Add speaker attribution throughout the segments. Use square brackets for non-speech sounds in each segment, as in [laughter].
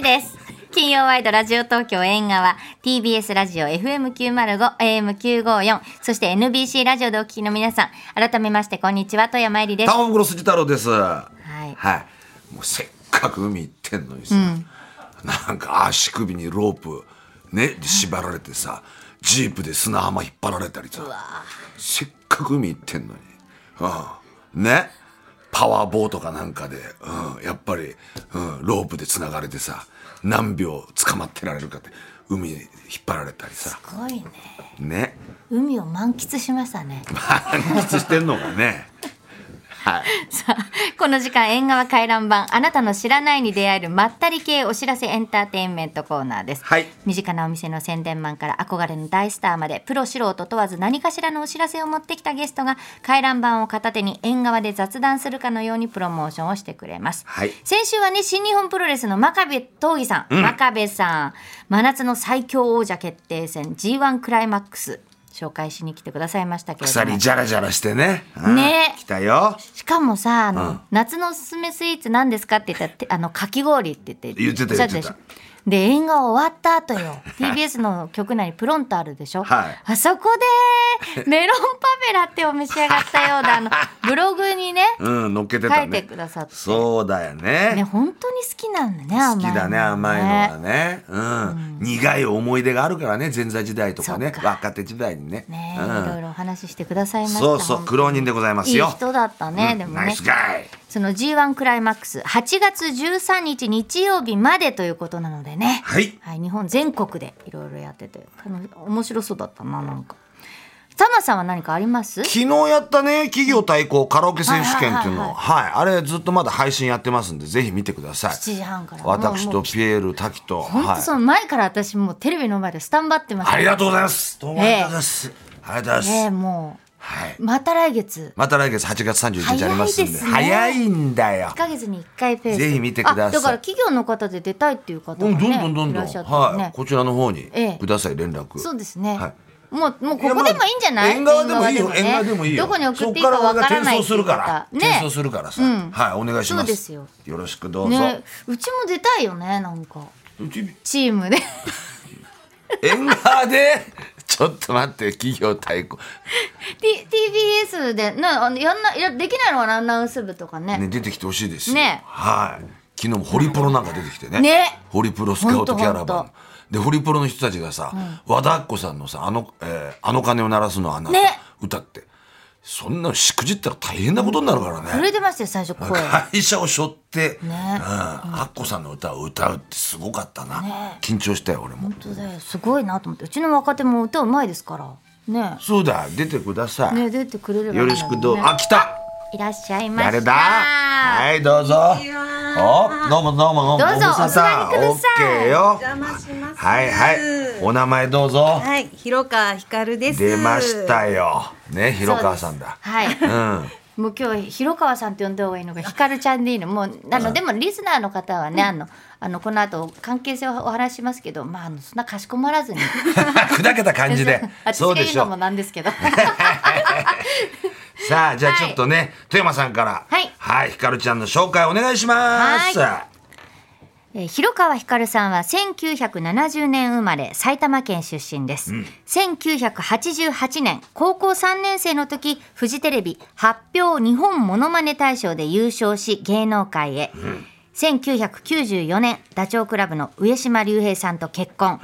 Speaker 1: です金曜ワイドラジオ東京縁側 TBS ラジオ FM905 AM954 そして NBC ラジオでお聞きの皆さん改めましてこんにちは富山えりです
Speaker 2: タモブロスジ太郎です。はいもうせっかく海行ってんのにさ、なんか足首にロープね縛られてさ、ジープで砂浜引っ張られたりさ、せっかく海行ってんのに、うん、ね。パワーボートかなんかで、うん、やっぱり、うん、ロープで繋がれてさ何秒捕まってられるかって海に引っ張られたりさ
Speaker 1: すごいね
Speaker 2: ね [laughs]
Speaker 1: 海を満喫しましたね
Speaker 2: 満喫してんのがねはい
Speaker 1: さあ [laughs] この時間縁側回覧版あなたの知らないに出会えるまったり系お知らせエンターテインメントコーナーです、
Speaker 2: はい
Speaker 1: 身近なお店の宣伝マンから憧れの大スターまでプロ素人問わず何かしらのお知らせを持ってきたゲストが回覧版を片手に縁側で雑談するかのようにプロモーションをしてくれます、
Speaker 2: はい
Speaker 1: 先週はね新日本プロレスの真壁闘技さん、真壁さん真夏の最強王者決定戦 G1 クライマックス紹介しに来てくださいましたけれども
Speaker 2: 鎖ジャラジャラしてね。うん
Speaker 1: ね
Speaker 2: 来たよ。
Speaker 1: しかもさあの、
Speaker 2: うん
Speaker 1: 夏のおすすめスイーツ何ですかって言ったらてあのかき氷って言って
Speaker 2: 言ってた
Speaker 1: おしゃでし
Speaker 2: 言
Speaker 1: ょ
Speaker 2: って
Speaker 1: で縁が終わった後よ TBS の局内にプロンとあるでしょ、
Speaker 2: はい
Speaker 1: あそこ
Speaker 2: [laughs]
Speaker 1: でメロンパフェラってお召し上がったようなあのブログにね
Speaker 2: うん、乗っけてたね。
Speaker 1: 書いてくださって
Speaker 2: そうだよね。
Speaker 1: ね本当に好きなんだね
Speaker 2: 好
Speaker 1: 甘い
Speaker 2: き
Speaker 1: の
Speaker 2: だね、甘いのはね。うん。苦い思い出があるからね、前座時代とかね
Speaker 1: そっ、か
Speaker 2: 若手時代にね。
Speaker 1: ね
Speaker 2: うん
Speaker 1: いろいろお話ししてくださいました
Speaker 2: そうそう、
Speaker 1: 本当
Speaker 2: 苦労人でございます
Speaker 1: いい
Speaker 2: よ。
Speaker 1: 人だったね、でもね
Speaker 2: ナイスガイ。
Speaker 1: その G1 クライマックス8月13日日曜日までということなのでね、
Speaker 2: はい。
Speaker 1: はい、日本全国でいろいろやってて楽し面白そうだったななんかタマさんは何かあります
Speaker 2: 昨日やったね、企業対抗カラオケ選手権っていうの
Speaker 1: は
Speaker 2: を、はい。あれずっとまだ配信やってますんで、ぜひ見てください。
Speaker 1: 7時半から
Speaker 2: 私
Speaker 1: も
Speaker 2: と
Speaker 1: うも
Speaker 2: ピエール、滝と。
Speaker 1: う本当その前から私もうテレビの前でスタンバってました
Speaker 2: ありがとうございます。どうもありがとうございます。ありがとうございます
Speaker 1: ね。も
Speaker 2: はい。
Speaker 1: うまた来月
Speaker 2: また来月8月31日ありますんで。
Speaker 1: 早
Speaker 2: 早
Speaker 1: いですね
Speaker 2: いんだよ
Speaker 1: 1。か月に1回ペース
Speaker 2: ぜひ見てください
Speaker 1: あだから企業の方で出たいっていう方
Speaker 2: う
Speaker 1: が、ね
Speaker 2: ん、どんどんどん
Speaker 1: い
Speaker 2: ど
Speaker 1: ら
Speaker 2: ん。
Speaker 1: っしゃったり
Speaker 2: は
Speaker 1: ね
Speaker 2: い。、こちらの方に
Speaker 1: ええ
Speaker 2: ください、連絡。
Speaker 1: そうですね、
Speaker 2: はい
Speaker 1: もうもうここでもいいんじゃない
Speaker 2: やまあ縁側でもいいよ、
Speaker 1: ね
Speaker 2: 縁側でもいいよ。
Speaker 1: どこに送っていいかわからないって
Speaker 2: そ
Speaker 1: いう
Speaker 2: こ
Speaker 1: 方
Speaker 2: から俺が転送するから。
Speaker 1: ね
Speaker 2: 転送する
Speaker 1: う
Speaker 2: からさ。
Speaker 1: ん
Speaker 2: はい、お願いします。
Speaker 1: そうですよ。
Speaker 2: よろしくどうぞ。
Speaker 1: ねうちも出たいよねなんか
Speaker 2: うち
Speaker 1: チームで [laughs]
Speaker 2: 縁側で、ちょっと待って、企業対抗。
Speaker 1: T- TBS でねあのやんないやできないのかなアナウンス部とかね
Speaker 2: ね、出てきてほしいですよ。
Speaker 1: ね
Speaker 2: はい。昨日もホリプロなんか出てきてね。
Speaker 1: ね
Speaker 2: ホリプロスカウトキャラ
Speaker 1: ほんとほ
Speaker 2: バ
Speaker 1: ん
Speaker 2: ン。で、ホリプロの人たちがさ、和田アッコさんのさ、あの、えーあの鐘を鳴らすのはあなた、
Speaker 1: ね
Speaker 2: 歌って。そんなのしくじったら大変なことになるから
Speaker 1: 震
Speaker 2: ね。
Speaker 1: えてましたよ最初声
Speaker 2: 会社を背負って、
Speaker 1: ね
Speaker 2: うん、アッコさんの歌を歌うってすごかったな。緊張したよ、俺も。
Speaker 1: 本当だよすごいなと思ってうちの若手も歌うまいですからね
Speaker 2: そうだ、出てください。
Speaker 1: ね出てくれればいい
Speaker 2: よ
Speaker 1: の
Speaker 2: ろ
Speaker 1: に
Speaker 2: し
Speaker 1: ね
Speaker 2: くどう、あ、来た
Speaker 1: いらっしゃいました
Speaker 2: 誰だはい、どうぞ。お、どうもどうも
Speaker 1: どうぞ
Speaker 2: ご無沙
Speaker 1: お座り
Speaker 2: 汰
Speaker 1: ください
Speaker 2: オッケーよ。
Speaker 3: 邪魔します。
Speaker 2: はいはい。お名前どうぞ。
Speaker 3: はい、広川ひかるです。
Speaker 2: 出ましたよ。ね、広川さんだ。
Speaker 1: はい
Speaker 2: うん。
Speaker 1: もう今日広川さんって呼んだ方がいいのがひかるちゃんでいいのもうあのでもリスナーの方はねあのあのこの後関係性をお話ししますけどまああのそんなかしこまら
Speaker 2: [laughs]
Speaker 1: ずに。
Speaker 2: 砕けた感じで
Speaker 1: [laughs] 私
Speaker 2: そう
Speaker 1: が
Speaker 2: で
Speaker 1: 言う
Speaker 2: し
Speaker 1: の
Speaker 2: ょ
Speaker 1: も
Speaker 2: う。
Speaker 1: なんですけど
Speaker 2: さあ、じゃあ
Speaker 1: はい
Speaker 2: ちょっとね、富山さんから。
Speaker 1: はい
Speaker 2: はい、ひかるちゃんの紹介お願いします。
Speaker 1: はえー広川ひかるさんは1970年生まれ埼玉県出身です、1988年高校3年生の時フジテレビ発表日本ものまね大賞で優勝し芸能界へ、1994年ダチョウ倶楽部の上島竜兵さんと結婚、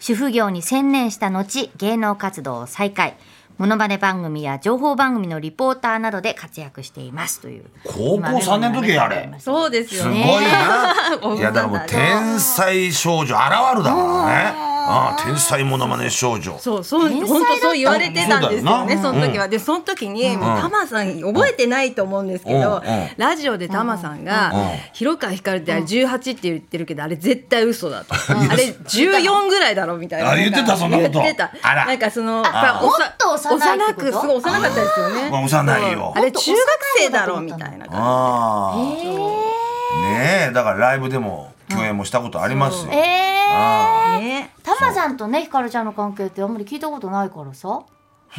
Speaker 1: 主婦業に専念した後芸能活動を再開ものまね番組や情報番組のリポーターなどで活躍していますという
Speaker 2: 高校三年の時あれ。
Speaker 3: そうです
Speaker 2: す
Speaker 3: よ
Speaker 2: ご
Speaker 3: ね。
Speaker 2: いな。
Speaker 1: [laughs]
Speaker 3: ね
Speaker 2: いやだからもう天才少女現るだからね。ああ天才モノマネ少女。
Speaker 3: そう、そう、
Speaker 1: 天才だった
Speaker 3: 本当そう言われてたんですよ
Speaker 2: う
Speaker 3: ね、
Speaker 2: ん
Speaker 3: その時は。で、その時に、もうタマさん、覚えてないと思うんですけ
Speaker 2: うん
Speaker 3: ど、ラジオでタマさんが
Speaker 2: うん、
Speaker 3: 広川ひかるってあれ18って言ってるけど、あれ絶対嘘だと。あれ14ぐらいだろ、みたいな。
Speaker 2: あ言ってたそんなこと
Speaker 3: 言ってた。
Speaker 2: あら
Speaker 3: なんかその、
Speaker 1: あ
Speaker 3: やぱおさ
Speaker 1: もっと幼いってこと
Speaker 3: く、すごい幼かったですよね。
Speaker 2: まあ幼いよ
Speaker 3: そうあれ中学生だろ、みたいな感
Speaker 2: ああ。ねえだからライブでも共演もしたことありますよ。
Speaker 1: ええー
Speaker 2: あ
Speaker 3: じ。ね。
Speaker 1: タマさんとねひかるちゃんの関係ってあんまり聞いたことないからさ
Speaker 2: そ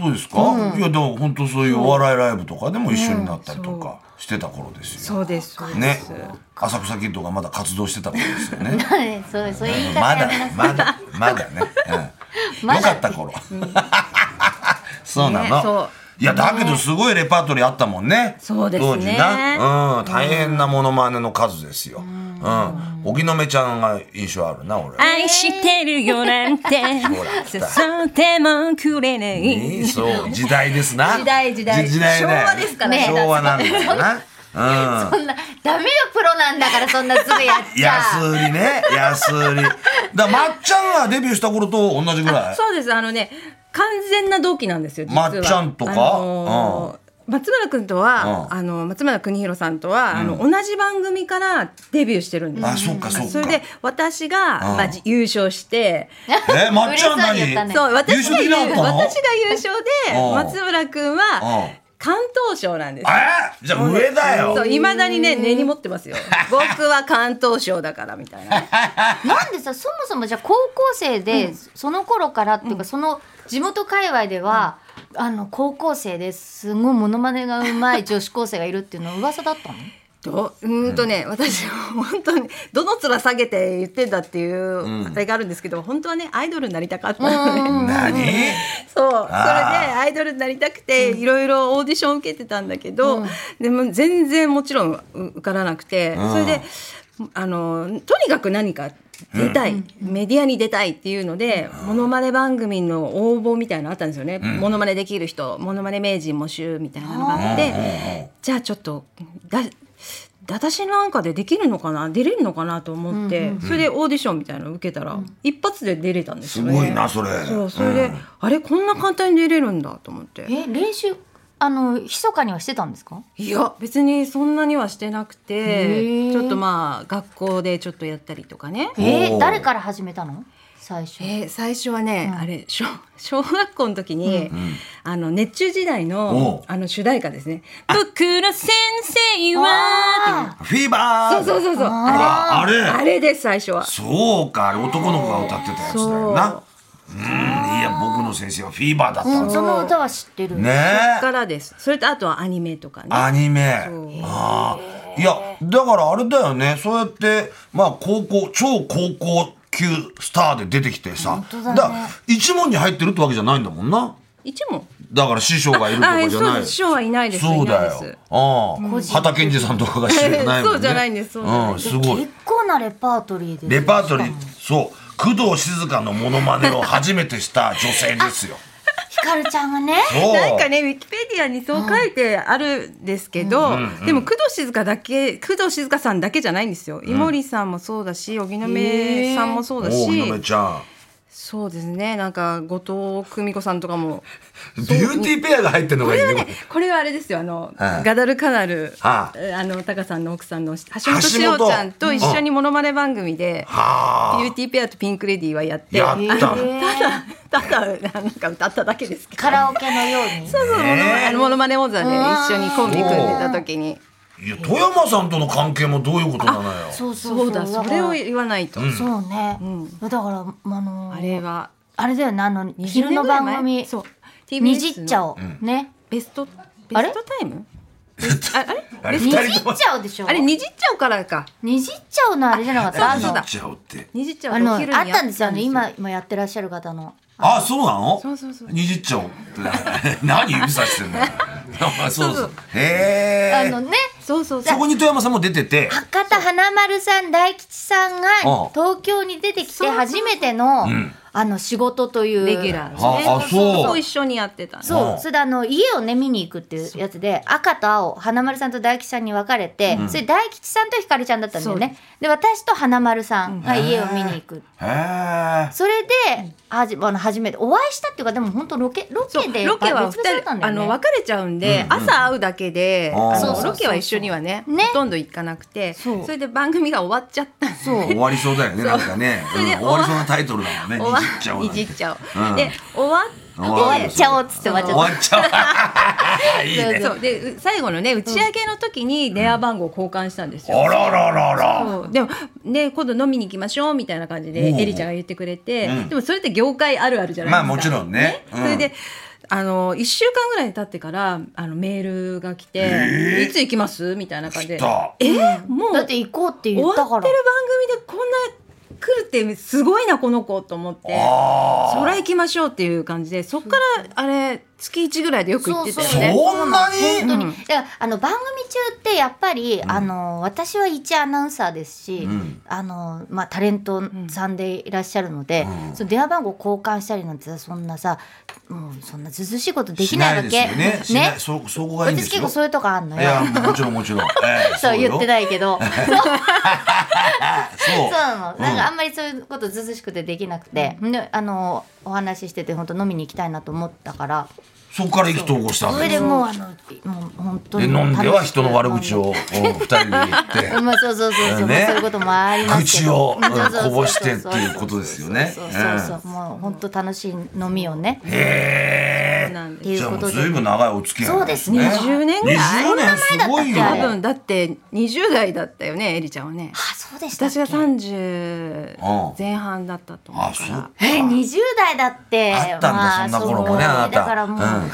Speaker 2: うですか、いやでも本当そういうお笑いライブとかでも一緒になったりとかしてた頃ですよ、
Speaker 3: そうですそうです、
Speaker 2: ね浅草キッドがまだ活動してた頃です
Speaker 3: [laughs]
Speaker 2: よね
Speaker 1: そうそういう言い方
Speaker 2: ま
Speaker 1: や
Speaker 2: だ
Speaker 1: めなさい
Speaker 2: まだまだね、うん、
Speaker 3: [laughs]
Speaker 1: まだ
Speaker 2: よかった頃、 [laughs] そうな
Speaker 3: ね
Speaker 2: の、
Speaker 3: そう
Speaker 2: いやだけどすごいレパートリーあったもんね
Speaker 3: そうですね
Speaker 2: 当時な、うん、大変なモノマネの数ですよ、うん荻野目ちゃんが印象あるな俺は
Speaker 4: 愛してるよなんて
Speaker 2: ほら来た
Speaker 4: 誘ってもくれない
Speaker 2: いい [laughs] そう時代ですな
Speaker 3: 時代時代
Speaker 2: じ時代だよ
Speaker 3: 昭和ですからね
Speaker 2: 昭和なんだよなうん
Speaker 1: そんなダメよプロなんだからそんなズルやっちゃ
Speaker 2: 安売りね安売りだからまっちゃんがデビューした頃と同じぐらい
Speaker 3: そうですあのね完全な同期なんですよ実は
Speaker 2: まっちゃんとか
Speaker 3: あのー松村君とは、
Speaker 2: うん
Speaker 3: あの松村邦弘さんとは、あの同じ番組からデビューしてるんですよ
Speaker 2: あそうかそうか
Speaker 3: それで私が、
Speaker 2: うん
Speaker 3: まあ、じ優勝して、
Speaker 2: えまっちゃん
Speaker 1: 嬉しそうに言った
Speaker 2: 何
Speaker 1: ね
Speaker 3: そう私が
Speaker 2: 優勝的
Speaker 3: 優
Speaker 2: なのかな
Speaker 3: 私が優勝で
Speaker 2: うん
Speaker 3: 松村君
Speaker 2: うん
Speaker 3: は関東賞なんですよ
Speaker 2: えじゃあ上だよ
Speaker 3: そういまだにね根に持っ
Speaker 2: [laughs]
Speaker 3: てますよ僕は関東省だからみたいなね
Speaker 1: うなんでさそもそもじゃあ高校生で、その頃からっていうか、その地元界隈では、あの高校生ですごいモノマネがうまい女子高生がいるっていうのは噂だったの
Speaker 3: どううーんとね、私は本当にどの面下げて言ってんだっていうあれがあるんですけど、本当はねアイドルになりたかったので、
Speaker 2: 何
Speaker 3: [laughs] そうそれで
Speaker 2: あー
Speaker 3: アイドルになりたくていろいろオーディション受けてたんだけど、でも全然もちろんう受からなくて、
Speaker 2: ん
Speaker 3: それであのとにかく何か出たい、メディアに出たいっていうので、モノマネ番組の応募みたいなのあったんですよね、モノマネできる人モノマネ名人募集みたいなのがあって、じゃあちょっとだ私なんかでできるのかな出れるのかなと思って、それでオーディションみたいなの受けたら、一発で出れたんです
Speaker 2: す
Speaker 3: よね。
Speaker 2: ごいなそれ
Speaker 3: そうそれで、あれこんな簡単に出れるんだと思って
Speaker 1: え練習あの密かにはしてたんですか
Speaker 3: いや別にそんなにはしてなく
Speaker 1: へー
Speaker 3: てちょっとまあ学校でちょっとやったりとかね、
Speaker 1: え
Speaker 2: お
Speaker 1: ー、
Speaker 2: ー
Speaker 1: 誰から始めたの最初
Speaker 3: えー最初はね、あれ小小学校の時に、あの熱中時代
Speaker 2: おう
Speaker 3: のあの主題歌ですね「ブッ
Speaker 4: 僕の先生は
Speaker 1: あ
Speaker 2: フィーバー
Speaker 3: そうそうそうそうあ
Speaker 2: ああれ
Speaker 3: れあれです最初は
Speaker 2: そうかあれ男の子が歌ってたやつだよなうんいや僕の先生はフィーバーだった
Speaker 1: ー
Speaker 2: ん
Speaker 1: うん
Speaker 2: だ
Speaker 1: その歌は知ってる、
Speaker 2: ねえ
Speaker 3: からですそれとあとはアニメとかね
Speaker 2: アニメ
Speaker 3: う
Speaker 2: ああいやだからあれだよねそうやってまあ高校超高校級スターで出てきてさ
Speaker 1: 当だね
Speaker 2: から一門に入ってるってわけじゃないんだもんな
Speaker 3: 一問
Speaker 2: だから師匠がいると
Speaker 3: あ
Speaker 2: か
Speaker 3: え
Speaker 2: じゃ
Speaker 3: そう
Speaker 2: ない
Speaker 3: です師匠はいないです
Speaker 2: そうだ
Speaker 3: いないで
Speaker 2: よ
Speaker 3: す
Speaker 2: ああ畑健二さんとかが師匠じゃないもんね
Speaker 3: [laughs] そうじゃないんですそうじゃない
Speaker 2: うんすごい
Speaker 1: 結構なレパートリーで
Speaker 2: レパートリ
Speaker 1: しか
Speaker 2: ー
Speaker 1: も
Speaker 2: そう工藤静香のモノマネを初めてした女性ですよ
Speaker 1: ひかるちゃんがね
Speaker 2: そう
Speaker 3: なんかねウィキペディアにそう書いてあるんですけど、でも工藤静香だけ工藤静香さんだけじゃないんですよ、井森さんもそうだし荻野目さんもそうだ
Speaker 2: おう
Speaker 3: し、
Speaker 2: 井上ちゃん
Speaker 3: そうですねなんか後藤久美子さんとかも
Speaker 2: ビューティーペアが入ってるのがいいね
Speaker 3: これはあれですよあの、
Speaker 2: はい
Speaker 3: ガダルカナル、
Speaker 2: は
Speaker 3: あのタカさんの奥さんの橋本千代ちゃんと一緒にモノマネ番組で、
Speaker 2: はあ
Speaker 3: ビューティーペアとピンクレディーはやって
Speaker 2: やった
Speaker 3: あのただただなんか歌っただけですけど
Speaker 1: カラオケのように
Speaker 3: そうそう、モノマ
Speaker 2: ねえ
Speaker 3: ネあのモノマネ王座で一緒にコンビ組んでた時に。
Speaker 2: いや富山さんとの関係もどういうことなのよ
Speaker 1: そうそ
Speaker 3: そううだ、それを言わないと。
Speaker 1: そうね、だからあのー
Speaker 3: あれは。
Speaker 1: あれだよねあの昼の番組
Speaker 3: そう。
Speaker 1: にじっちゃ
Speaker 3: を
Speaker 1: おう、ね
Speaker 3: ベスト。ベ
Speaker 1: あれ
Speaker 3: ストタイム。ああれ。
Speaker 2: あれ
Speaker 1: にじっ
Speaker 2: 二人とも
Speaker 1: ちゃおうでしょ
Speaker 3: あれ、にじっちゃおからか。
Speaker 1: にじっちゃおうのあれじゃなかった
Speaker 3: あそうだ
Speaker 2: ちゃおうって
Speaker 3: にじっちゃお。
Speaker 1: あのあ
Speaker 3: お昼にや
Speaker 1: ったんですよあの。今今やってらっしゃる方の
Speaker 2: あそうなの
Speaker 3: そうそうそう
Speaker 2: にじっちゃおうって [laughs] 何指さしてんだよあそうそ
Speaker 3: そうう
Speaker 1: あ
Speaker 2: へえ
Speaker 1: のね
Speaker 3: そうそう
Speaker 2: そ
Speaker 3: そう。
Speaker 2: こに富山さんも出てて
Speaker 1: 博多華丸さん大吉さんが
Speaker 2: あ
Speaker 1: 東京に出てきて初めてのあの仕事という
Speaker 3: レギュラーです
Speaker 2: ああ
Speaker 3: ね。
Speaker 2: そう
Speaker 3: 一緒にやってたんです。
Speaker 2: う
Speaker 1: そ
Speaker 2: ん
Speaker 1: うそれであの家をね見に行くっていうやつで赤と青花丸さんと大吉さんに分かれて、それ大吉さんとひかるちゃんだったんだよ
Speaker 3: そ
Speaker 1: ねで私と花丸さんが家を見に行く、
Speaker 2: へえ
Speaker 1: それではじあの初めてお会いしたっていうかでも本当ロケロ
Speaker 3: そ
Speaker 1: ケ
Speaker 3: う
Speaker 1: で
Speaker 3: ロケは
Speaker 1: 別
Speaker 3: 二
Speaker 1: 々だっ
Speaker 3: 人
Speaker 1: たんだ
Speaker 3: あ
Speaker 1: よね
Speaker 3: の別れちゃうんで、朝会うだけで、
Speaker 2: あー
Speaker 3: あ
Speaker 2: そうそう
Speaker 3: の
Speaker 2: そう
Speaker 3: ロケは一緒にはね
Speaker 1: ね
Speaker 3: ほとんど行かなくて、
Speaker 1: そう
Speaker 3: それで番組が終わっちゃったんです
Speaker 1: そう
Speaker 2: 終わりそうだよねなんかね
Speaker 3: そうれ
Speaker 2: ん
Speaker 3: で
Speaker 2: 終わりそうなタイトルだもんね
Speaker 3: おわ
Speaker 2: にじっちゃおうなんて
Speaker 3: いじっちゃ
Speaker 2: う
Speaker 3: お
Speaker 2: ん
Speaker 3: う。で終わっ
Speaker 1: 終わっちゃおうっつって終わっち
Speaker 2: 終
Speaker 1: ゃっ
Speaker 2: わっちゃおう [laughs] いいね
Speaker 3: そうでう最後のね打ち上げの時に電話番号交換したんです
Speaker 2: あ
Speaker 3: よ。
Speaker 2: らららら
Speaker 3: そうでもね今度飲みに行きましょうみたいな感じで
Speaker 2: おう
Speaker 3: エリちゃんが言ってくれて、でもそれって業界あるあるじゃないですか。
Speaker 2: まあもちろんねうん
Speaker 3: それであの1週間ぐらい経ってからあのメールが来て、いつ行きますみたいな感じで
Speaker 2: 来た
Speaker 3: えもう
Speaker 1: だって行こうって
Speaker 3: 終
Speaker 1: 言
Speaker 3: わっ
Speaker 1: ってた
Speaker 3: る番
Speaker 1: から
Speaker 3: 組でこんな来るってすごいなこの子と思って
Speaker 2: あ
Speaker 3: そら行きましょうっていう感じでそっからあれ月1ぐらいでよく行ってたよ
Speaker 2: そう
Speaker 3: ね。
Speaker 2: そんなに
Speaker 1: 本当に、だからあの番組中ってやっぱり、あの私は一アナウンサーですし、
Speaker 2: ん
Speaker 1: あのまあタレントさんでいらっしゃるので、その電話番号交換したりなんてさそんなさ、もうそんなずずしいことでき
Speaker 2: し
Speaker 1: な
Speaker 2: ないい
Speaker 1: わ
Speaker 2: で
Speaker 1: け
Speaker 2: すよねしないそそこがいいんで
Speaker 1: 私
Speaker 2: すよ
Speaker 1: 結構そういうとこあんのよ。
Speaker 2: やもちろんもちろん、え
Speaker 1: [laughs]
Speaker 2: え
Speaker 1: そう言って
Speaker 2: い
Speaker 1: ないけど。
Speaker 2: そう
Speaker 1: [laughs] そうなの。なんかあんまりそういうことずずしくてできなくて、であのお話ししてて本当飲みに行きたいなと思ったから、
Speaker 2: そこから意気投合したん
Speaker 1: そ
Speaker 2: だ
Speaker 1: れで
Speaker 2: よ
Speaker 1: もうあのもう本当
Speaker 2: で
Speaker 1: に
Speaker 2: 飲んでは人の悪口
Speaker 1: を。
Speaker 2: をうん二人で言って
Speaker 1: まあそうそうそうそう、
Speaker 2: ね
Speaker 1: まあそういうこともありますけ
Speaker 2: 口を
Speaker 1: ど。そう
Speaker 2: うん
Speaker 1: そうそうそう
Speaker 2: こぼしてっていうことですよね
Speaker 1: そうそうそうそう、もう本当楽しい飲みをね。 [laughs] っ
Speaker 2: へ
Speaker 1: [laughs]
Speaker 2: え
Speaker 3: なんで
Speaker 1: てい
Speaker 2: じゃ
Speaker 1: う
Speaker 2: あ
Speaker 1: こ
Speaker 2: も
Speaker 1: と
Speaker 2: う
Speaker 1: で。
Speaker 2: ずいぶん長いお付き合い
Speaker 1: そうですね
Speaker 3: 20年ぐらい
Speaker 2: 20年すごいよ
Speaker 1: そんな前だっ
Speaker 3: 多
Speaker 1: たっ
Speaker 3: 分だって20代だったよねエリちゃんはね
Speaker 1: あ、そうでしたっ
Speaker 3: 私
Speaker 1: け。
Speaker 3: が30
Speaker 2: うん
Speaker 3: 前半だったと思
Speaker 2: あ
Speaker 3: う
Speaker 2: そ
Speaker 3: か
Speaker 2: う
Speaker 3: ら
Speaker 1: え、二十代だって。
Speaker 2: あったんだ
Speaker 1: ま
Speaker 2: そんな頃もね
Speaker 1: そう
Speaker 2: あなた
Speaker 1: だからもう。 [laughs]
Speaker 2: うん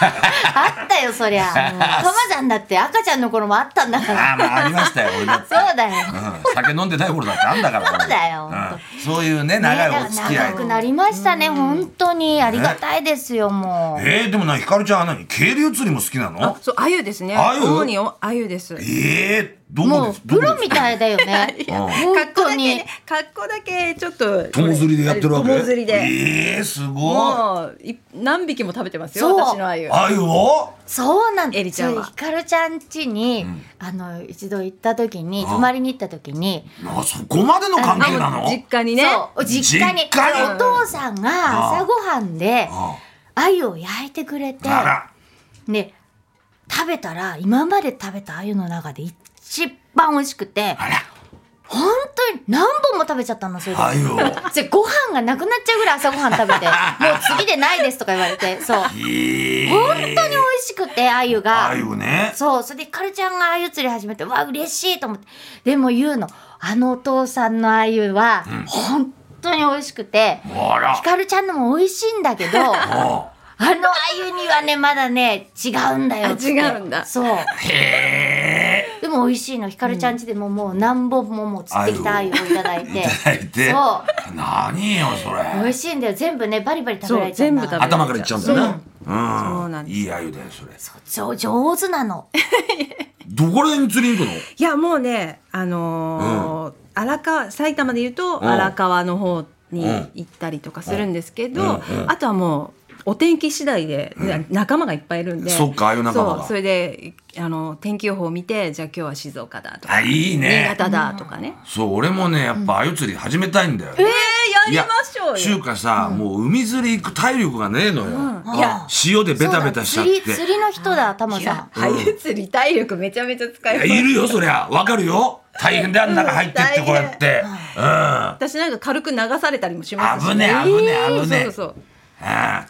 Speaker 1: あったよ、
Speaker 2: [laughs]
Speaker 1: そりゃ。たまちゃんだって、赤ちゃんの頃もあったんだから。
Speaker 2: ああまあありましたよ俺だっ
Speaker 1: [laughs]
Speaker 2: て
Speaker 1: そうだよ。ね
Speaker 2: うん酒飲んでない頃だってあんだか
Speaker 1: [laughs]
Speaker 2: ら
Speaker 1: そうだよ
Speaker 2: うんそういうね長いお付き合
Speaker 1: 長
Speaker 2: い
Speaker 1: くなりましたね、本当にありがたいですよ、もう。
Speaker 2: えー、でもなひかるちゃんは何渓流釣りも好きなの
Speaker 3: あそうあゆですね
Speaker 2: あゆ
Speaker 3: 主におあゆです
Speaker 2: ええどこ
Speaker 1: もう
Speaker 2: です
Speaker 1: プロみ
Speaker 2: い
Speaker 1: たいだよね。本
Speaker 3: 格好
Speaker 1: 当
Speaker 3: だけ
Speaker 1: に
Speaker 3: ね。格好だけちょっと
Speaker 2: 友釣りでやってるわけ
Speaker 3: 友釣りで
Speaker 2: ええすご
Speaker 3: もうい何匹も食べてますよ
Speaker 1: そう
Speaker 3: 私のあゆ
Speaker 2: いあゆを
Speaker 1: そうなん
Speaker 3: エリ
Speaker 1: です
Speaker 3: ちゃん
Speaker 1: よ。
Speaker 3: は
Speaker 1: ひかるちゃん家に、あの一度行った時に泊まりに行った時に、
Speaker 2: あそこまでの関係な
Speaker 3: あ
Speaker 2: の
Speaker 3: 実家にね
Speaker 1: そう実家に
Speaker 2: 実家に
Speaker 1: お父さんが朝ごはんで
Speaker 2: あ
Speaker 1: 鮎を焼いてくれて
Speaker 2: あら
Speaker 1: で食べたら今まで食べた鮎の中で一番美味しくて
Speaker 2: あら
Speaker 1: 本当に何本も食べちゃったのそれで。
Speaker 2: あゆを
Speaker 1: それご飯がなくなっちゃうぐらい朝ごはん食べてもう次でないですとか言われてそう本
Speaker 2: ええ
Speaker 1: 当に美味しくて鮎が。
Speaker 2: あゆね
Speaker 1: そう、それでひかるちゃんが鮎釣り始めて、わあ、嬉しいと思って。でも言うの、あのお父さんの鮎は、本当に美味しくて、
Speaker 2: あら
Speaker 1: ひかるちゃんのも美味しいんだ
Speaker 2: [laughs]
Speaker 1: けど、あ
Speaker 2: あ
Speaker 1: の鮎にはね、まだね、違うんだよって。
Speaker 3: あ違うんだ
Speaker 1: そう。でも美味しいの、ひかるちゃん家でももう何本ももう釣ってきた鮎をいただいて。
Speaker 2: いただいて
Speaker 1: そ
Speaker 2: 何よそれ
Speaker 1: う。美味しいんだよ、全部ね、バリバリ食べられちゃう
Speaker 3: そう全
Speaker 1: な
Speaker 3: 部食べ
Speaker 2: 頭からいっちゃうんだよね
Speaker 3: そう
Speaker 2: う
Speaker 3: なん
Speaker 2: ん
Speaker 3: で
Speaker 2: いいあゆだよそれ
Speaker 1: そう上手なの。
Speaker 2: どこら辺に釣りに行くの
Speaker 3: いやもうねあのー荒川埼玉で言うと荒川の方に
Speaker 2: うん
Speaker 3: 行ったりとかするんですけど、
Speaker 2: うんうん
Speaker 3: あとはもうお天気次第で、仲間がいっぱいいるんで
Speaker 2: そっかああいう仲間が
Speaker 3: そうそれであの天気予報を見てじゃあ今日は静岡だとか、
Speaker 2: あいい
Speaker 3: 新
Speaker 2: ね
Speaker 3: 潟だとかね、
Speaker 2: そう俺もねやっぱあゆ釣り始めたいんだよね
Speaker 3: えーやりましょうよ
Speaker 2: いや中華さ、もう海釣り行く体力がねえのよ、
Speaker 1: いや
Speaker 2: 塩でベタベタしちゃって
Speaker 1: そうだ釣り釣りの人だ、タマ
Speaker 3: い
Speaker 1: さん
Speaker 3: や。あゆ釣り体力めちゃめちゃ使いま
Speaker 2: い
Speaker 3: す
Speaker 2: やいるよそりゃわかるよ大変だよあんな中入ってってこうやってうんあ
Speaker 3: 私なんか軽く流されたりもしますし、
Speaker 2: 危ねえ危ねえ危ねえ
Speaker 3: そうそうそう
Speaker 2: あ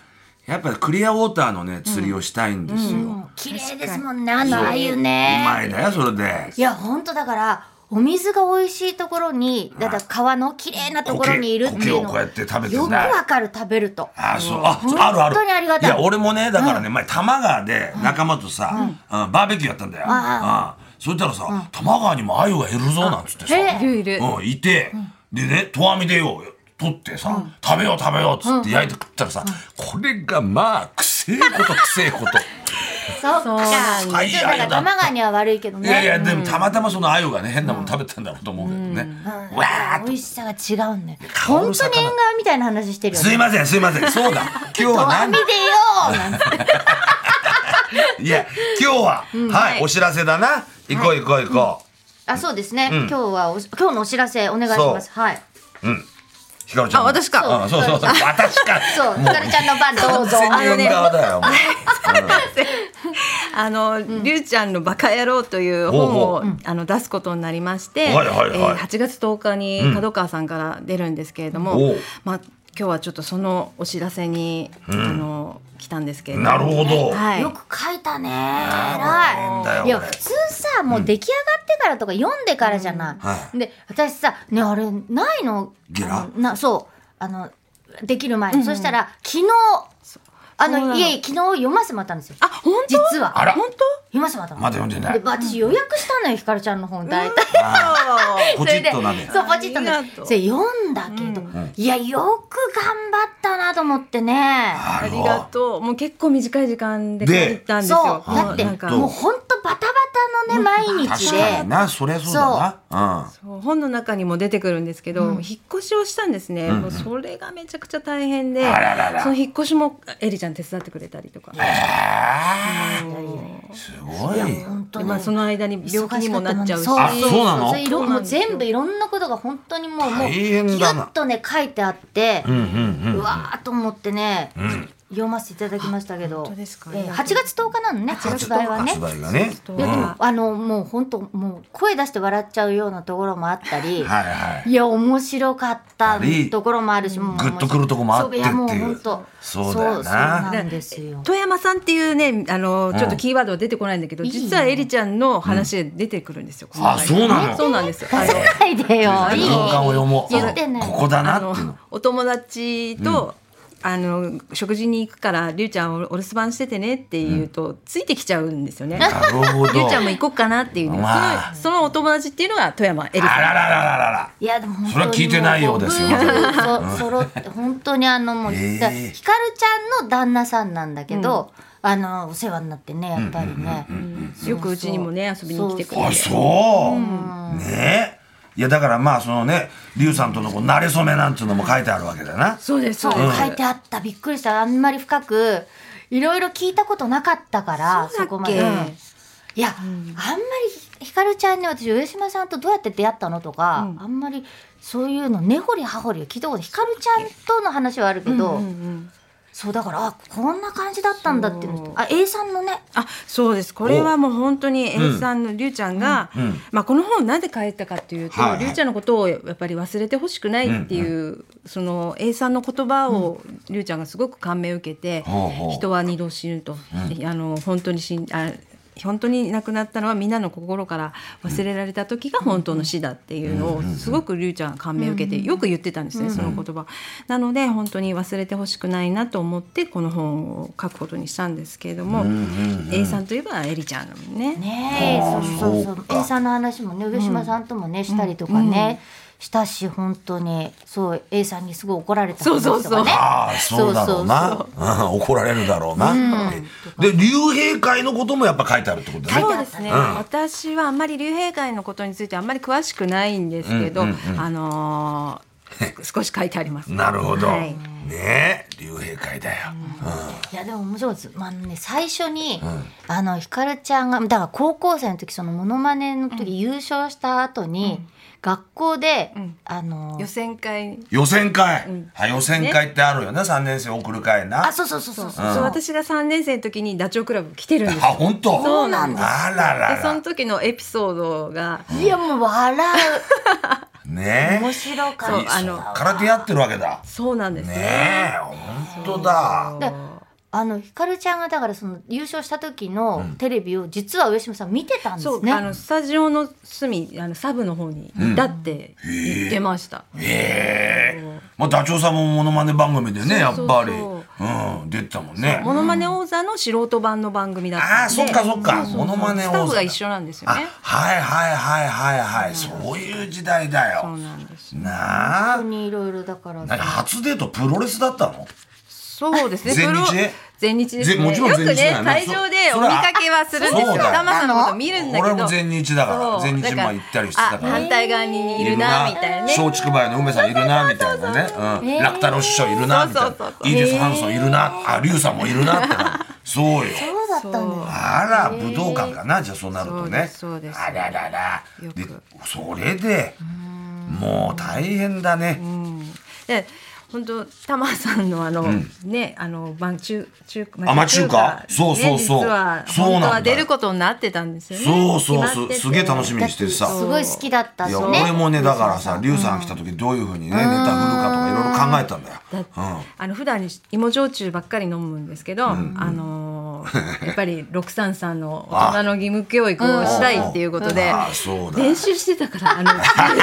Speaker 2: やっぱりクリアウォーターのね釣りをしたいんですよ、
Speaker 1: うん綺麗ですもんね、あの
Speaker 2: そう
Speaker 1: 鮎
Speaker 2: うま
Speaker 1: ね。
Speaker 2: いだよそれで
Speaker 1: いや、ほんとだから、お水が美味しいところに、だから川の綺麗なところにいるっていう
Speaker 2: 苔苔を
Speaker 1: の
Speaker 2: こうやって食べてね
Speaker 1: よくわかる、食べると。
Speaker 2: あそうあ
Speaker 1: 本
Speaker 2: あるある
Speaker 1: 当にありがたい
Speaker 2: や俺もねだからね前多摩川で仲間とさ、うんバーベキューやったんだよ、
Speaker 1: あ
Speaker 2: うんそしたらさ、多摩川にも鮎がいるぞなんつってさ、
Speaker 1: へえ
Speaker 3: いるいる、
Speaker 2: うん、いて、でね投網でよ取ってさ、食べよう食べようっつって焼いて食ったらさ、これがまあくせえことくせえこと
Speaker 1: そっ
Speaker 3: そう
Speaker 1: か。
Speaker 3: な
Speaker 1: ち
Speaker 3: ん
Speaker 1: ょっ
Speaker 2: だ
Speaker 1: となんか多摩川には悪いけどね。
Speaker 2: いやいやでもたまたまその鮎がね変なもの食べてたんだろうと思うけどね、わーっ
Speaker 1: 美味しさが違うんだよ。
Speaker 2: 香
Speaker 1: 本
Speaker 2: る魚
Speaker 1: 当に縁側みたいな話してる
Speaker 2: と
Speaker 1: よ
Speaker 2: すい
Speaker 1: ね。
Speaker 2: ませんすいませんそうだ今日は何
Speaker 1: 見 [laughs] てよなんて
Speaker 2: いや今日は、はい、お知らせだな行こう行こう行こう、
Speaker 1: あ、そうですね。今日はおし、今日のお知らせお願いします。はい。
Speaker 2: ひかるちゃん
Speaker 3: あ私か
Speaker 2: うんそうそうそう私か
Speaker 1: そう、ひ
Speaker 2: もう
Speaker 1: かるちゃんの番どうぞ。
Speaker 2: 全然呼ん側だよもう
Speaker 3: あの、りゅうちゃんのバカ野郎という本を、
Speaker 2: ほうほ
Speaker 3: あの出すことになりまして、
Speaker 2: はいはいはい
Speaker 3: えー8月10日に角川さんから出るんですけれども、
Speaker 2: おう
Speaker 3: まあ今日はちょっとそのお知らせに、あの来たんですけれども、
Speaker 2: なるほど、
Speaker 3: はい、
Speaker 1: よく書いたね。
Speaker 2: 変
Speaker 1: 偉
Speaker 2: だよ
Speaker 1: い。いや、
Speaker 2: これ
Speaker 1: 普通さ、もう出来上がってからとか読んでからじゃない。
Speaker 2: は
Speaker 1: で、私さ、ね、あれ、ないの。
Speaker 2: ゲラ
Speaker 1: あのな、そう。あの、できる前に。そしたら、昨日、あの、いえいえ、昨日読ませてもらったんですよ。
Speaker 3: あ、本当
Speaker 1: 実は。
Speaker 2: あら
Speaker 3: 本
Speaker 1: 読ませてもらったの
Speaker 2: まだ読んでない
Speaker 1: で私予約したのよ、ひかるちゃんの本、大体。
Speaker 2: ポチッとなめ
Speaker 1: そう、ポチッと
Speaker 3: あ
Speaker 1: ね
Speaker 3: りがと。う
Speaker 1: それ読んだけど、いや、よく頑張ったなと思ってね。
Speaker 2: あ
Speaker 3: 当ありがとう。もう結構短い時間で
Speaker 2: で
Speaker 3: 書いたんです
Speaker 1: そ
Speaker 3: よ。
Speaker 1: う、だって、
Speaker 3: なんか
Speaker 1: もう本当バタバタのね、毎日
Speaker 2: 確かに
Speaker 1: で。
Speaker 2: なそりゃそうだな
Speaker 3: そう本の中にも出てくるんですけど、引っ越しをしたんですね、
Speaker 2: ん
Speaker 3: もうそれがめちゃくちゃ大変で
Speaker 2: あららら
Speaker 3: その引っ越しもエリちゃん手伝ってくれたりとか、
Speaker 2: う
Speaker 3: そ
Speaker 2: んすごい
Speaker 1: 本当
Speaker 3: う
Speaker 1: に
Speaker 3: まあ、その間に病気にもなっちゃうし
Speaker 1: 忙かったもんね
Speaker 2: あそうなの
Speaker 1: いろもう全部いろんなことが本当にもう、もう、
Speaker 2: 大
Speaker 1: ぎゅ
Speaker 2: 変だな
Speaker 1: っとね、書いてあって、
Speaker 2: うんうんうん
Speaker 1: うわーと思ってね、読ませていただきましたけど、
Speaker 3: 本当ですか
Speaker 1: えー8月10日なのね、発売はね。
Speaker 2: 発売がね
Speaker 1: いやでも
Speaker 3: うん
Speaker 1: あのもう本当もう声出して笑っちゃうようなところもあったり、
Speaker 2: はいはい
Speaker 1: い、や面白かったところもあるし、もう
Speaker 2: グッとくるとこもあってって
Speaker 1: そ
Speaker 2: いう
Speaker 1: やも本当
Speaker 2: そうだ
Speaker 1: そうそう
Speaker 2: よな
Speaker 1: なんですよ。
Speaker 3: 富山さんっていうねあのちょっ
Speaker 2: うん
Speaker 3: とキーワードは出てこないんだけど、
Speaker 1: いいね
Speaker 3: 実はエリちゃんの話で出てくるんですよ、この
Speaker 2: あそうなの
Speaker 3: そうなんですよ
Speaker 1: [laughs] 出さないでよ。いいいい
Speaker 2: 文化を読もう
Speaker 1: 言ってない。
Speaker 2: ここだな
Speaker 3: あ
Speaker 2: って
Speaker 3: の
Speaker 2: いうの
Speaker 3: お友達と、あの食事に行くからりゅうちゃんおお留守番しててねって言うと、ついてきちゃうんですよね
Speaker 2: なるほど
Speaker 3: りゅうちゃんも行こうかなっていうね、
Speaker 2: まあ
Speaker 3: そのそのお友達っていうのが富山エリ
Speaker 2: あら
Speaker 3: さ
Speaker 2: ららららら
Speaker 1: いやでも本当に
Speaker 2: それは聞いてないようですよ
Speaker 1: もう夫婦そ揃って本当にあのもう、
Speaker 2: へえ
Speaker 1: だひかるちゃんの旦那さんなんだけど、あのお世話になってねやっぱりね。
Speaker 3: んよくうちにもね遊びに来てくれ
Speaker 2: あ
Speaker 3: て
Speaker 2: そうねいやだからまあそのねリュウさんとのこう馴れ初めなんていうのも書いてあるわけだな
Speaker 3: そうです
Speaker 1: そう、
Speaker 2: うん
Speaker 1: 書いてあったびっくりしたあんまり深くいろいろ聞いたことなかったからそ
Speaker 3: そうだっけ
Speaker 1: こまで、いや、あんまりひかるちゃんに私上島さんとどうやって出会ったのとか、あんまりそういうの根掘り葉掘り聞いたことひかるちゃんとの話はあるけど、そうだからあこんな感じだったんだっていうのあ A さんのね
Speaker 3: あそうですこれはもう本当に A さんのりゅうちゃんが、
Speaker 2: ん
Speaker 3: まあ、この本をなぜ書いたかっていうと、
Speaker 2: はいはい
Speaker 3: りゅうちゃんのことをやっぱり忘れてほしくないっていう、その A さんの言葉をりゅうちゃんがすごく感銘を受けて、
Speaker 2: ほうほう
Speaker 3: 人は二度死ぬと、あの本当に死んあ本当に亡くなったのはみんなの心から忘れられた時が本当の死だっていうのをすごくりゅうちゃんが感銘を受けてよく言ってたんですねその言葉。なので本当に忘れてほしくないなと思ってこの本を書くことにしたんですけれども A さんといえばエリちゃんだもんね。
Speaker 1: ねえ
Speaker 2: あ
Speaker 1: そ
Speaker 2: ー
Speaker 1: うそう
Speaker 2: そ
Speaker 1: そうう A さんの話もね上島さんともね、したりとかね、したし本当にそう A さんにすごい怒られた話とかね
Speaker 3: そうそうそう
Speaker 2: ああそうだろうなうん怒られるだろうなで竜兵会のこともやっぱ書いてあるってことだ
Speaker 1: 書い
Speaker 2: ね
Speaker 1: て
Speaker 3: そ
Speaker 1: あ
Speaker 3: う
Speaker 1: っ
Speaker 3: で
Speaker 1: た
Speaker 3: す
Speaker 1: ね
Speaker 3: ね、私はあんまり竜兵会のことについてあんまり詳しくないんですけど、あのー少し書いてあります。 [laughs]
Speaker 2: なるほど
Speaker 3: はい
Speaker 2: ね竜兵会だよ
Speaker 1: いやでも面白いです、まあね、最初に、あのひかるちゃんがだから高校生の時そのモノマネの時、優勝した後に、学校で、あの
Speaker 3: 予選会
Speaker 2: 予選会あ予選会ってあるよね3年生送る会な
Speaker 1: あそうそうそうそうそう、
Speaker 3: そう私が3年生の時にダチョウ倶楽部来てるんです
Speaker 2: あ
Speaker 3: よ。
Speaker 2: 本当
Speaker 3: そうなんです
Speaker 2: あらら
Speaker 3: でその
Speaker 2: ら
Speaker 3: 時のエピソードが
Speaker 1: いやもう笑う
Speaker 2: ね
Speaker 1: 面白か
Speaker 3: そ
Speaker 1: っ
Speaker 3: う
Speaker 1: た
Speaker 3: あの
Speaker 2: 空手やってるわけだ
Speaker 3: そうなんですね。
Speaker 2: ねえ本当だ
Speaker 1: であのひかるちゃんがだからその優勝した時のテレビを実は上島さん見てたんで
Speaker 3: そ
Speaker 1: す
Speaker 3: う、
Speaker 1: ね、
Speaker 3: あのスタジオの隅あのサブの方にいたって言ってました。
Speaker 2: ええまあダチョウさんもモノマネ番組でねやっ
Speaker 3: そう
Speaker 2: ぱり
Speaker 3: そう
Speaker 2: うん出てたもんね
Speaker 3: モノマネ王座の素人版の番組だったんで。
Speaker 2: ああそっかそっかモノマネ
Speaker 3: スタッ
Speaker 2: 王
Speaker 3: フが
Speaker 2: 座
Speaker 3: 一緒なんですよ
Speaker 2: あ
Speaker 3: ね。
Speaker 2: はいはいはいはいはいそういう時代だ
Speaker 3: そ
Speaker 2: よ
Speaker 3: うなんです。
Speaker 2: なあ
Speaker 1: 本当にいろいろだから
Speaker 2: 何初デートプロレスだったの
Speaker 3: そうですね。
Speaker 2: 全日で
Speaker 3: プロ全日ですね。
Speaker 2: ぜもちろん全日だよ
Speaker 3: よくね
Speaker 2: ね
Speaker 3: 会
Speaker 2: そ
Speaker 3: 場で
Speaker 2: そ
Speaker 3: お
Speaker 2: れ
Speaker 3: 見
Speaker 2: は
Speaker 3: かけはするんですよ。
Speaker 2: そうだよ
Speaker 3: タマさんのこと見るんだけど。
Speaker 2: 俺も全日だから
Speaker 3: そう
Speaker 2: 全日
Speaker 3: だか
Speaker 2: まあ行ったりしてたから
Speaker 3: あ反対側にいるなみたいなね。
Speaker 2: 松竹梅の梅さんいるなみたいなねうん楽太郎師匠いるなみたい
Speaker 3: そうそう
Speaker 2: な
Speaker 3: そうそう
Speaker 2: イーデス・ハンソンいるなあ龍さんもいるなって
Speaker 3: [laughs]
Speaker 2: なそう
Speaker 1: そ
Speaker 2: よ
Speaker 1: うだったんだよ
Speaker 2: あら武道館かなじゃあそうなるとね
Speaker 3: そうですそうです
Speaker 2: あららら
Speaker 3: よく
Speaker 2: でそれでもう大変だね
Speaker 3: で本当タマさんのあの、ねあの晩中中
Speaker 2: あまあ中華そうそうそう
Speaker 3: ね、実は
Speaker 2: そうなん
Speaker 3: 本
Speaker 2: だ
Speaker 3: 当は出ることになってたんですよね。
Speaker 2: そうそう
Speaker 3: 決まっ
Speaker 2: す
Speaker 3: てて
Speaker 2: すげえ楽しみにしてさ
Speaker 1: すごい好きだった
Speaker 2: い
Speaker 1: そ
Speaker 2: や
Speaker 1: う
Speaker 2: 俺
Speaker 1: ね
Speaker 2: もねだからさ龍さん来た時どういうふうにねネタ振るかとかいろいろ考えたんだよ
Speaker 3: だって
Speaker 2: うん
Speaker 3: あの普段芋焼酎ばっかり飲むんですけど、あの
Speaker 2: [laughs]
Speaker 3: やっぱり六三さんの大人の義務教育をしたいっていうことで
Speaker 2: ああそうだ
Speaker 3: 練習してたからあ
Speaker 2: [laughs]
Speaker 3: の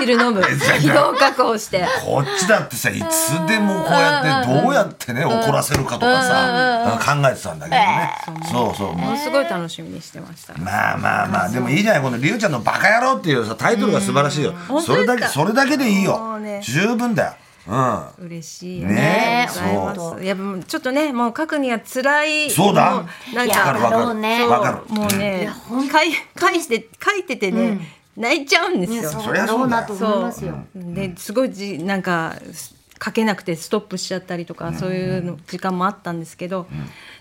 Speaker 3: ビール飲む気道確保して
Speaker 2: こっちだってさいつでもこうやってどうやってね怒らせるかとかさ考えてたんだけどねそうそう
Speaker 3: ものすごい楽しみにしてました。
Speaker 2: まあまあまあでもいいじゃないこの「りゅうちゃんのバカ野郎」っていうさタイトルが素晴らしいよそれだけそれだけでいい
Speaker 3: も
Speaker 2: よ
Speaker 3: うね
Speaker 2: 十分だようん
Speaker 3: 嬉しいよ
Speaker 2: ね
Speaker 3: ね。
Speaker 2: え
Speaker 3: ありがとうございます。やっぱちょっとね、もう書くには辛い。
Speaker 2: そうだ
Speaker 3: もうなん
Speaker 1: いや
Speaker 2: わかるわ
Speaker 3: か、
Speaker 2: か
Speaker 1: だろうね
Speaker 2: るわかる
Speaker 3: もうね、返返して書いててね、泣いちゃうんですよ。
Speaker 2: そりゃそうだよ
Speaker 1: と思い
Speaker 3: そ
Speaker 1: ますよ。
Speaker 3: う。で、すごいじなんかす書けなくてストップしちゃったりとか、そういうの時間もあったんですけど、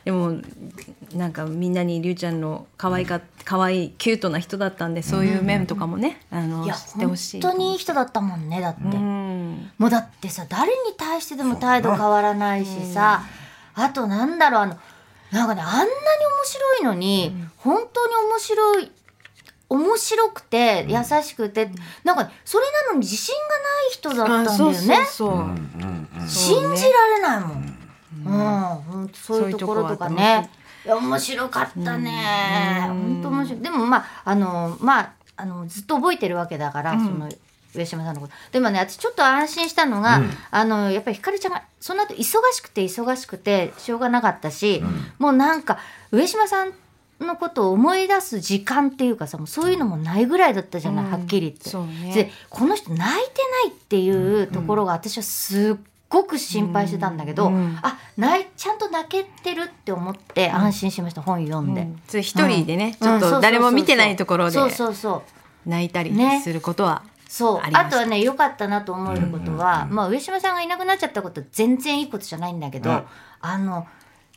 Speaker 3: でもなんかみんなにりゅうちゃんの可愛いか可愛いキュートな人だったんで、そういう面とかもね、あの
Speaker 1: いや
Speaker 3: 知ってほしい。
Speaker 1: 本当にいい人だったもんねだって、
Speaker 3: うん。
Speaker 1: もうだってさ誰に対してでも態度変わらないしさ、あとなんだろうあのなんかねあんなに面白いのに、本当に面白い面白くて優しくて、なんかねそれなのに自信がない人だったんだ
Speaker 3: あ
Speaker 1: よ
Speaker 3: そうそう
Speaker 1: ね
Speaker 3: そう。
Speaker 1: 信じられないもん、うんほんとそういうところとかねいや面白かったね本当面白いでもまああのまああのずっと覚えてるわけだから、その上島さんのことでもね私ちょっと安心したのが、あのやっぱりひかるちゃんがその後忙しくて忙しくてしょうがなかったし、もうなんか上島さんのことを思い出す時間っていうかさもうそういうのもないぐらいだったじゃない、はっきり言って。
Speaker 3: そうね
Speaker 1: でこの人泣いてないっていうところが私はすっごく心配してたんだけど、あ泣いちゃんと泣けてるって思って安心しました、本読んで。
Speaker 3: それ一人でね、
Speaker 1: うん
Speaker 3: ちょっ
Speaker 1: うんそうそうそうそ
Speaker 3: と
Speaker 1: う
Speaker 3: 誰も見てないところで
Speaker 1: そうそうそう
Speaker 3: 泣いたり
Speaker 1: ね
Speaker 3: することは、
Speaker 1: そう
Speaker 3: ありまし
Speaker 1: あ
Speaker 3: た
Speaker 1: とはね良かったなと思えることは、まあ、上島さんがいなくなっちゃったこと全然いいことじゃないんだけど、
Speaker 2: うん
Speaker 1: あの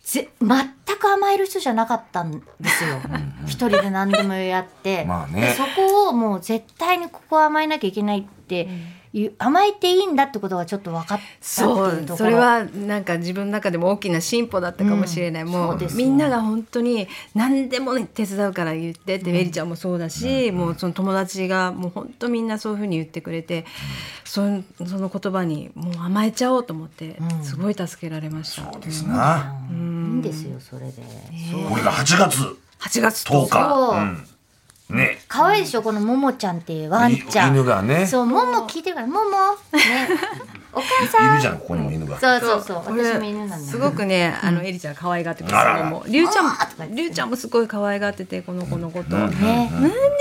Speaker 1: ぜ全く甘える人じゃなかったんですよ一人で何でもやって、
Speaker 2: まあね
Speaker 1: でそこをもう絶対にここは甘えなきゃいけないっていう、甘えていいんだってことがちょっと分かったっていうとこ
Speaker 3: そ
Speaker 1: ろ
Speaker 3: うそれはなんか自分の中でも大きな進歩だったかもしれない、も
Speaker 1: そう
Speaker 3: う
Speaker 1: ですよ
Speaker 3: みんなが本当に何でもね手伝うから言ってって、エリちゃんもそうだし、もうその友達がもう本当みんなそういうふうに言ってくれて、そのその言葉にもう甘えちゃおうと思って、すごい助けられました。
Speaker 2: そうですな
Speaker 1: うんいいんですよそれで、そう
Speaker 2: これが8月
Speaker 3: 8月
Speaker 2: 10
Speaker 1: そう
Speaker 2: 日うんね
Speaker 1: 可愛いでしょこのももちゃんっていうワンちゃん
Speaker 2: い犬がね
Speaker 1: そうもも聞いてるからももねお母さん
Speaker 2: いるじゃんここにも犬が
Speaker 1: そうそうそう
Speaker 3: これ
Speaker 1: 私も犬なんだ
Speaker 3: すごくね、あのエリちゃん可愛がってくれて
Speaker 2: あらら
Speaker 3: るもうリュウちゃんもリュウちゃんもすごい可愛がっててこの子のこと、なんでこんなに
Speaker 1: ね、
Speaker 3: 可愛いの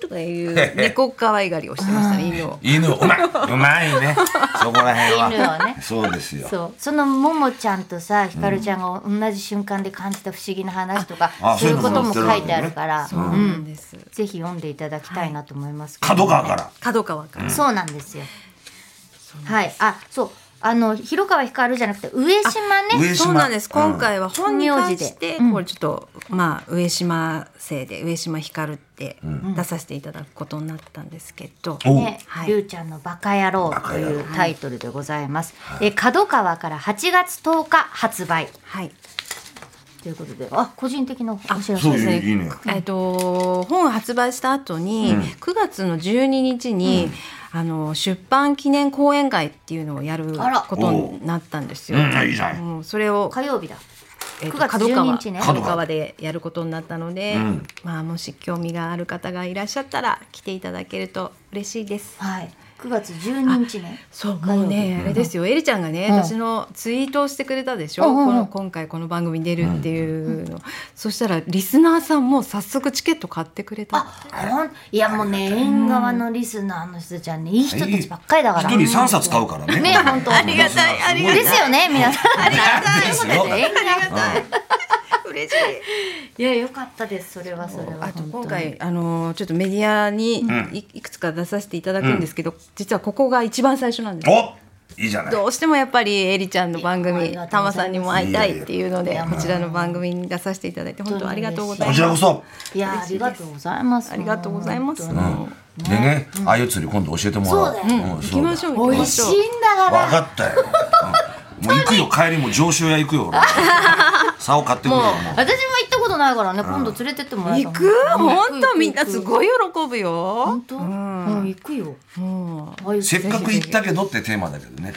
Speaker 3: とかいう猫可愛がりをしてましたね犬を。
Speaker 2: 犬うまいうま
Speaker 1: [laughs]
Speaker 2: いねそこら辺は
Speaker 1: 犬をね
Speaker 2: そうですよ
Speaker 1: そうそのももちゃんとさひかるちゃんが同じ瞬間で感じた不思議な話とか
Speaker 2: ああ
Speaker 1: そういうことも
Speaker 2: そういうのも
Speaker 1: 書いてあるから
Speaker 3: そうなんです。
Speaker 1: ぜひ読んでいただきたいなと思いますけどね
Speaker 2: 角川から
Speaker 3: 角川から。
Speaker 1: そうなんですよはいあそうあの広川ひかるじゃなくて上島ね
Speaker 2: 上島
Speaker 3: そうなんです。今回は本に関して、
Speaker 1: うん
Speaker 3: これちょっと、まあ、上島生で、上島光って出させていただくことになったんですけど。
Speaker 2: おう
Speaker 1: ね
Speaker 3: はい
Speaker 1: りゅうちゃんのバカ野郎というタイトルでございます。え角川から8月10日発売
Speaker 3: はい。
Speaker 1: ということで、あ個人的なお知らせ
Speaker 2: そう
Speaker 1: です
Speaker 2: い
Speaker 1: ね。
Speaker 2: いいいね
Speaker 3: えっと、本を発売した後に、9月の12日に、あの出版記念講演会っていうのをやる
Speaker 1: あら
Speaker 3: ことになったんですよ。
Speaker 2: うんいいじゃん
Speaker 3: もうそれを
Speaker 1: 火曜日だ。
Speaker 3: えっと
Speaker 1: 9月
Speaker 3: 角
Speaker 1: 12
Speaker 3: 川
Speaker 1: 日ね
Speaker 3: 角川でやることになったので、まあもし興味がある方がいらっしゃったら来ていただけると嬉しいです。
Speaker 1: はい。9月12日ね。
Speaker 3: そう
Speaker 1: 火曜日
Speaker 3: もうねあれですよエリちゃんがね、
Speaker 1: うん
Speaker 3: 私のツイートをしてくれたでしょ、
Speaker 1: うんうんうん
Speaker 3: この今回この番組に出るっていうの、そしたらリスナーさんも早速チケット買ってくれた
Speaker 1: あ、ほんいやもうね縁側のリスナーの人たちはねいい人たちばっかりだから。
Speaker 2: 一人三冊買うからね
Speaker 1: ね本当。
Speaker 2: ありがたいありがたい
Speaker 1: ですよね皆さん。あり
Speaker 2: ですよ
Speaker 3: 嬉し
Speaker 1: い
Speaker 3: い
Speaker 1: や良かったですそれはそれは。
Speaker 3: あと
Speaker 1: 本当に
Speaker 3: 今回あのちょっとメディアにいいくつか出させていただくんですけど、実はここが一番最初なんです
Speaker 2: おいいじゃない
Speaker 3: どうしてもやっぱりエリちゃんの番
Speaker 1: いやあ
Speaker 3: 組
Speaker 1: りがとうございます
Speaker 3: タマさんにも会いたいっていうの
Speaker 1: い
Speaker 3: で
Speaker 1: や
Speaker 3: こちらの番組に出させていただいて本当ありがとうござ
Speaker 2: こ
Speaker 3: いま
Speaker 2: ち
Speaker 3: す
Speaker 2: らこそ
Speaker 1: いやありがとうございます。
Speaker 3: ありがとうございます
Speaker 1: 本当に
Speaker 2: でねあゆ釣り今度教えてもらおう
Speaker 1: そうだよ
Speaker 2: ん
Speaker 3: 行
Speaker 2: そ
Speaker 3: き
Speaker 2: うだ
Speaker 3: ましょう行き
Speaker 1: 美
Speaker 3: ま
Speaker 1: 味
Speaker 3: し
Speaker 1: し
Speaker 3: ょ
Speaker 1: いうんだから
Speaker 2: わ。かったよ。
Speaker 1: [laughs]
Speaker 2: うんもう行くよ帰りも上州屋行くよ。俺竿買ってくるよ。もう
Speaker 1: 私も行ったことないからね、今度連れてってもらえた
Speaker 3: 行
Speaker 1: ら
Speaker 3: く本当みんなす
Speaker 1: い
Speaker 3: ごい喜ぶ
Speaker 1: 本
Speaker 3: よ。
Speaker 1: 当うん行くよ
Speaker 3: も
Speaker 1: ああいう
Speaker 2: せっかく行ったけどってテーマだけどね。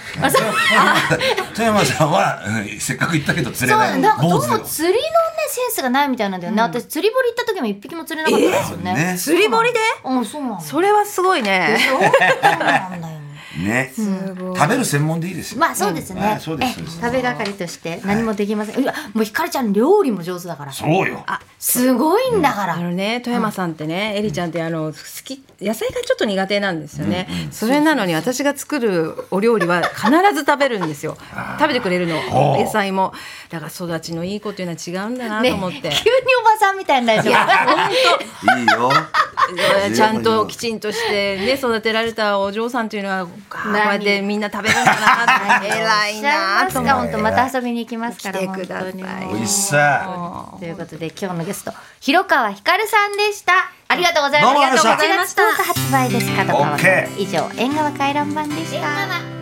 Speaker 2: 富山さんは、うんせっかく行ったけど釣
Speaker 1: そ
Speaker 2: れ
Speaker 1: う
Speaker 2: な。
Speaker 1: ないんかど
Speaker 2: 坊
Speaker 1: う
Speaker 2: 主
Speaker 1: も
Speaker 2: よ
Speaker 1: 釣りのねセンスがないみたいなんだよね、私釣り堀行った時も一匹も釣れなかったんですよね,、
Speaker 2: ね
Speaker 3: う。釣り堀で？
Speaker 1: うんそうなんだ
Speaker 3: それはすごいね。
Speaker 1: そうなんだよね
Speaker 2: ね。食べる専門でいいですよ。 [laughs]
Speaker 1: まあそうですね、
Speaker 2: うんあそうです
Speaker 1: え
Speaker 2: そうです
Speaker 1: 食べ係として何もできません、うわもうひかるちゃん料理も上手だから
Speaker 2: そうよ。
Speaker 1: すごいんだから、
Speaker 3: あのね富山さんってね、エリちゃんってあの好き野菜がちょっと苦手なんですよね、それなのに私が作るお料理は必ず食べるんです [laughs] よ食べてくれるの
Speaker 2: ほう
Speaker 3: 野菜もだから育ちのいい子っていうのは違うんだな
Speaker 1: ね
Speaker 3: と思 [laughs] っ
Speaker 1: 急
Speaker 3: て、
Speaker 1: におばさんみたいになるじゃん [laughs]
Speaker 2: いいよ。
Speaker 3: えーちゃんときちんとしてね育てられたお嬢さんというのはこう
Speaker 1: 何
Speaker 3: やってみんな食べるんだなって [laughs] 偉いなと
Speaker 1: と
Speaker 3: 思っ
Speaker 1: 本当また遊びに行きますから
Speaker 3: 来てくださ
Speaker 1: 本
Speaker 3: い
Speaker 1: 当に
Speaker 2: おいしさ。
Speaker 1: ということで今日のゲスト広川ひかるさんでしたありがとうございま
Speaker 2: どうもありがと
Speaker 1: した
Speaker 2: うござ
Speaker 1: 1
Speaker 2: いま
Speaker 1: 月10日発売です片川さん
Speaker 2: OK
Speaker 1: 以上縁側回覧版でした